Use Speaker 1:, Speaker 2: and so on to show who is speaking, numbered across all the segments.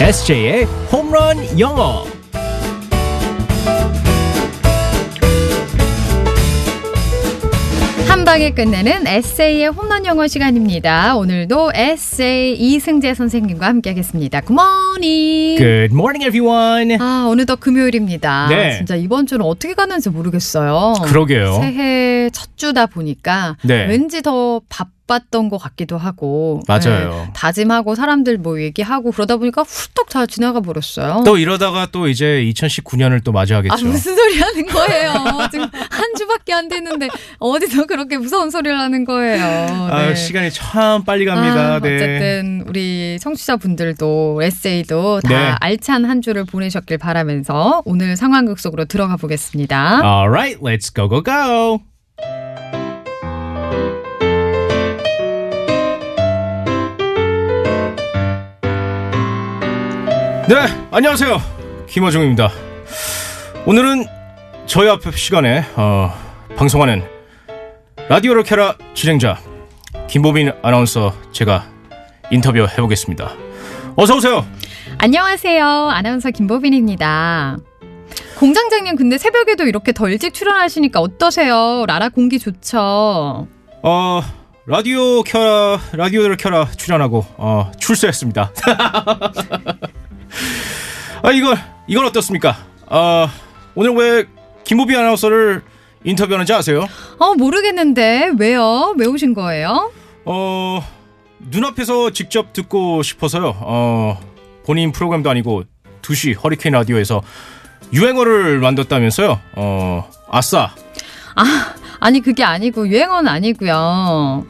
Speaker 1: SJ의 홈런 영어.
Speaker 2: 한 방에 끝내는 에세이의 홈런 영어 시간입니다. 오늘도 에세이 이승재 선생님과 함께하겠습니다. 굿모닝.
Speaker 1: Good morning, everyone.
Speaker 2: 아 어느덧 금요일입니다.
Speaker 1: 네.
Speaker 2: 진짜 이번 주는 어떻게 가는지 모르겠어요.
Speaker 1: 그러게요.
Speaker 2: 새해 첫 주다 보니까
Speaker 1: 네.
Speaker 2: 왠지 더 바빴던 것 같기도 하고
Speaker 1: 맞아요.
Speaker 2: 네, 다짐하고 사람들 뭐 얘기하고 그러다 보니까 훌떡 다 지나가 버렸어요.
Speaker 1: 또 이러다가 또 이제 2019년을 또 맞이하겠죠.
Speaker 2: 아 무슨 소리 하는 거예요? 지금 한 주밖에 안 됐는데 어디서 그렇게 무서운 소리를 하는 거예요?
Speaker 1: 아,
Speaker 2: 네.
Speaker 1: 시간이 참 빨리 갑니다.
Speaker 2: 아,
Speaker 1: 네.
Speaker 2: 어쨌든 우리 청취자분들도 에세이도 다
Speaker 1: 네.
Speaker 2: 알찬 한 주를 보내셨길 바라면서 오늘 상황극 속으로 들어가 보겠습니다.
Speaker 1: All right, let's go go go. 네, 안녕하세요. 김호중입니다. 오늘은 저희 앞 시간에 어, 방송하는 라디오를 켜라 진행자 김보민 아나운서 제가 인터뷰 해보겠습니다. 어서 오세요.
Speaker 2: 안녕하세요. 아나운서 김보빈입니다. 공장장님 근데 새벽에도 이렇게 덜 일찍 출연하시니까 어떠세요? 라라 공기 좋죠?
Speaker 1: 어 라디오 켜라 라디오를 켜라 출연하고 어 출세했습니다. 아 이걸 이건 어떻습니까? 아 오늘 왜 김보비 아나운서를 인터뷰하는지 아세요?
Speaker 2: 어 모르겠는데 왜요? 왜 오신 거예요?
Speaker 1: 어 눈앞에서 직접 듣고 싶어서요. 어 본인 프로그램도 아니고 2시 허리케인 라디오에서 유행어를 만들었다면서요. 어 아싸
Speaker 2: 아니 그게 아니고 유행어는 아니고요.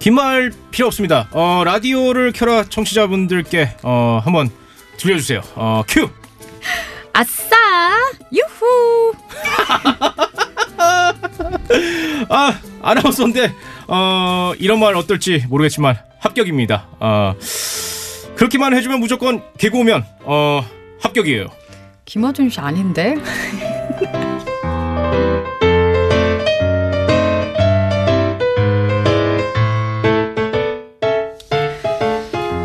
Speaker 1: 긴 말 필요 없습니다. 어, 라디오를 켜라 청취자분들께 어, 한번 들려주세요. 어, 큐.
Speaker 2: 아싸! 유후!
Speaker 1: 아 아나운서인데 어, 이런 말 어떨지 모르겠지만 합격입니다. 어, 그렇게만 해주면 무조건 개그 오면 어, 합격이에요.
Speaker 2: 김어준 씨 아닌데?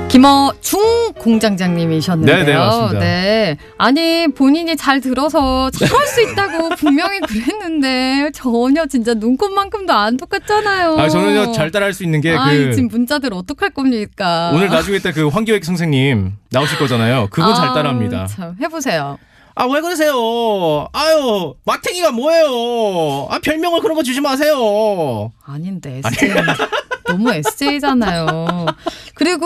Speaker 2: 김어 중 공장장님이셨는데요.
Speaker 1: 네, 네, 맞습니다.
Speaker 2: 네. 아니 본인이 잘 들어서 잘 할 수 있다고 분명히 그랬는데 전혀 진짜 눈꽃만큼도 안 똑같잖아요.
Speaker 1: 아 저는요 잘 따라할 수 있는 게
Speaker 2: 어. 아이, 지금
Speaker 1: 그
Speaker 2: 문자들 어떡할 겁니까?
Speaker 1: 오늘 나중에 때 그 황교익 선생님 나오실 거잖아요. 그건 잘
Speaker 2: 아우,
Speaker 1: 따라합니다.
Speaker 2: 참, 해보세요.
Speaker 1: 아 왜 그러세요? 아유 마탱이가 뭐예요? 아 별명을 그런 거 주지 마세요.
Speaker 2: 아닌데 SJ 너무 SJ잖아요. 그리고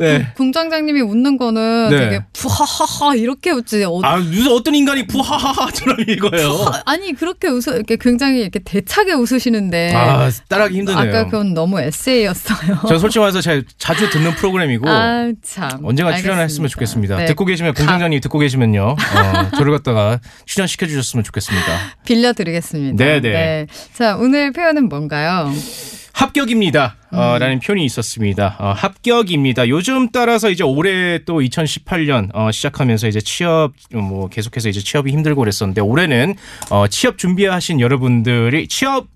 Speaker 1: 네.
Speaker 2: 그 공장장님이 웃는 거는
Speaker 1: 네.
Speaker 2: 되게 부하하하 이렇게 웃지. 어,
Speaker 1: 아 무슨 어떤 인간이 부하하하처럼 이거예요.
Speaker 2: 아, 아니 그렇게 웃어 이렇게 굉장히 이렇게 대차게 웃으시는데
Speaker 1: 아 따라하기 힘드네요.
Speaker 2: 네. 아까 그건 너무 SJ였어요.
Speaker 1: 저 솔직히 말해서 제가 자주 듣는 프로그램이고
Speaker 2: 아 참.
Speaker 1: 언젠가
Speaker 2: 알겠습니다.
Speaker 1: 출연했으면 좋겠습니다.
Speaker 2: 네.
Speaker 1: 듣고 계시면 공장장님 듣고 계시면요, 어, 저를 갖다가 출연 시켜 주셨으면 좋겠습니다.
Speaker 2: 빌려드리겠습니다.
Speaker 1: 네, 네.
Speaker 2: 자 오늘 표현은 뭔가요?
Speaker 1: 합격입니다라는 표현이 있었습니다. 어, 합격입니다. 요즘 따라서 이제 올해 또 2018년 어, 시작하면서 이제 취업 음, 뭐 계속해서 이제 취업이 힘들고 그랬었는데 올해는 어, 취업 준비하신 여러분들이 취업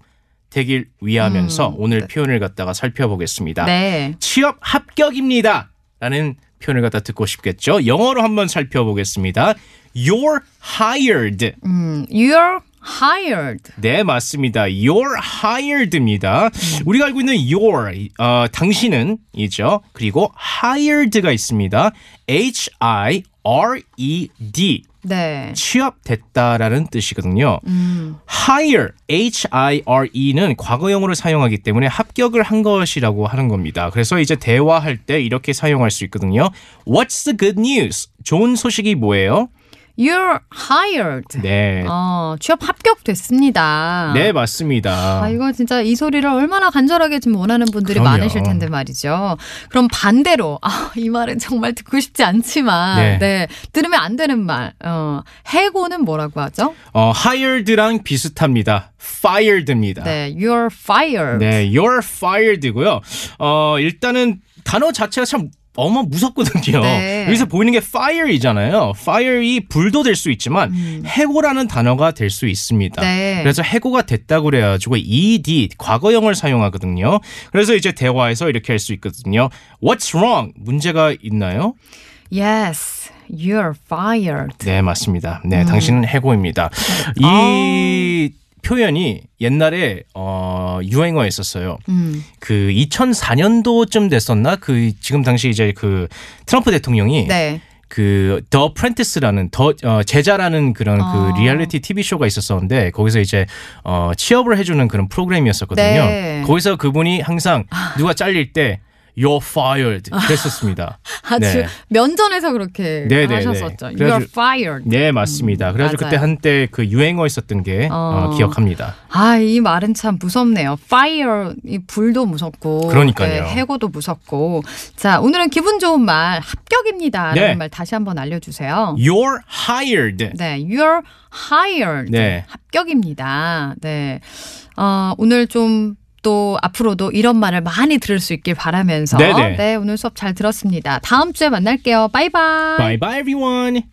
Speaker 1: 되길 위하면서 오늘 표현을 갖다가 살펴보겠습니다.
Speaker 2: 네.
Speaker 1: 취업 합격입니다. 라는 표현을 갖다 듣고 싶겠죠. 영어로 한번 살펴보겠습니다. You're hired.
Speaker 2: 음, you're hired.
Speaker 1: 네, 맞습니다. You're hired입니다. 우리가 알고 있는 your, 어, 당신은이죠. 그리고 hired가 있습니다. H-I-R-E-D.
Speaker 2: 네.
Speaker 1: 취업됐다라는 E 뜻이거든요.
Speaker 2: 음.
Speaker 1: hire, H-I-R-E는 과거형으로 사용하기 때문에 합격을 한 것이라고 하는 겁니다. 그래서 이제 대화할 때 이렇게 사용할 수 있거든요. What's the good news? 좋은 소식이 뭐예요?
Speaker 2: You're hired.
Speaker 1: 네.
Speaker 2: 어, 취업 합격됐습니다.
Speaker 1: 네, 맞습니다.
Speaker 2: 아, 이거 진짜 이 소리를 얼마나 간절하게 지금 원하는 분들이
Speaker 1: 그럼요.
Speaker 2: 많으실 텐데 말이죠. 그럼 반대로, 아, 이 말은 정말 듣고 싶지 않지만,
Speaker 1: 네.
Speaker 2: 네. 들으면 안 되는 말, 어, 해고는 뭐라고 하죠?
Speaker 1: 어, hired랑 비슷합니다. fired입니다.
Speaker 2: 네, you're fired.
Speaker 1: 아. 네, you're fired고요. 어, 일단은 단어 자체가 참 어마 무섭거든요.
Speaker 2: 네.
Speaker 1: 여기서 보이는 게 fire이잖아요. fire이 불도 될 수 있지만 해고라는 단어가 될 수 있습니다.
Speaker 2: 음. 네.
Speaker 1: 그래서 해고가 됐다고 그래가지고 ed 과거형을 사용하거든요. 그래서 이제 대화에서 이렇게 할 수 있거든요. What's wrong? 문제가 있나요?
Speaker 2: Yes, you're fired.
Speaker 1: 네, 맞습니다.
Speaker 2: 음.
Speaker 1: 네, 당신은 해고입니다. 이
Speaker 2: 아.
Speaker 1: 표현이 옛날에 어, 유행어였었어요.
Speaker 2: 음.
Speaker 1: 그 2004년도쯤 됐었나? 그 지금 당시 이제 그 트럼프 대통령이
Speaker 2: 네.
Speaker 1: 그 더 프렌티스라는 더 어, 제자라는 그런
Speaker 2: 아.
Speaker 1: 그 리얼리티 TV 쇼가 있었었는데 거기서 이제 어, 취업을 해주는 그런 프로그램이었었거든요.
Speaker 2: 네. 아.
Speaker 1: 거기서 그분이 항상 누가 잘릴 때 You're fired 그랬었습니다.
Speaker 2: 아주
Speaker 1: 네.
Speaker 2: 면전에서 그렇게
Speaker 1: 네, 네, 네.
Speaker 2: 하셨었죠. You're
Speaker 1: 그래가지고-
Speaker 2: fired.
Speaker 1: 네 맞습니다. 그래가지고
Speaker 2: 음, 맞아요.
Speaker 1: 그때 한때 그 유행어 있었던 게 어,
Speaker 2: 어.
Speaker 1: 기억합니다.
Speaker 2: 아, 이 말은 참 무섭네요. fire, 이 불도 무섭고.
Speaker 1: 그러니까요.
Speaker 2: 네, 해고도 무섭고. 자, 오늘은 기분 좋은 말, 합격입니다. 라는
Speaker 1: 네. 예.
Speaker 2: 말 다시 한번 알려주세요.
Speaker 1: You're hired.
Speaker 2: 네, you're hired.
Speaker 1: 네.
Speaker 2: 합격입니다. 네. 어, 오늘 좀 또 앞으로도 이런 말을 많이 들을 수 있길 바라면서
Speaker 1: 네네.
Speaker 2: 네, 오늘 수업 잘 들었습니다. 다음 주에 만날게요. 바이바이.
Speaker 1: Bye bye everyone.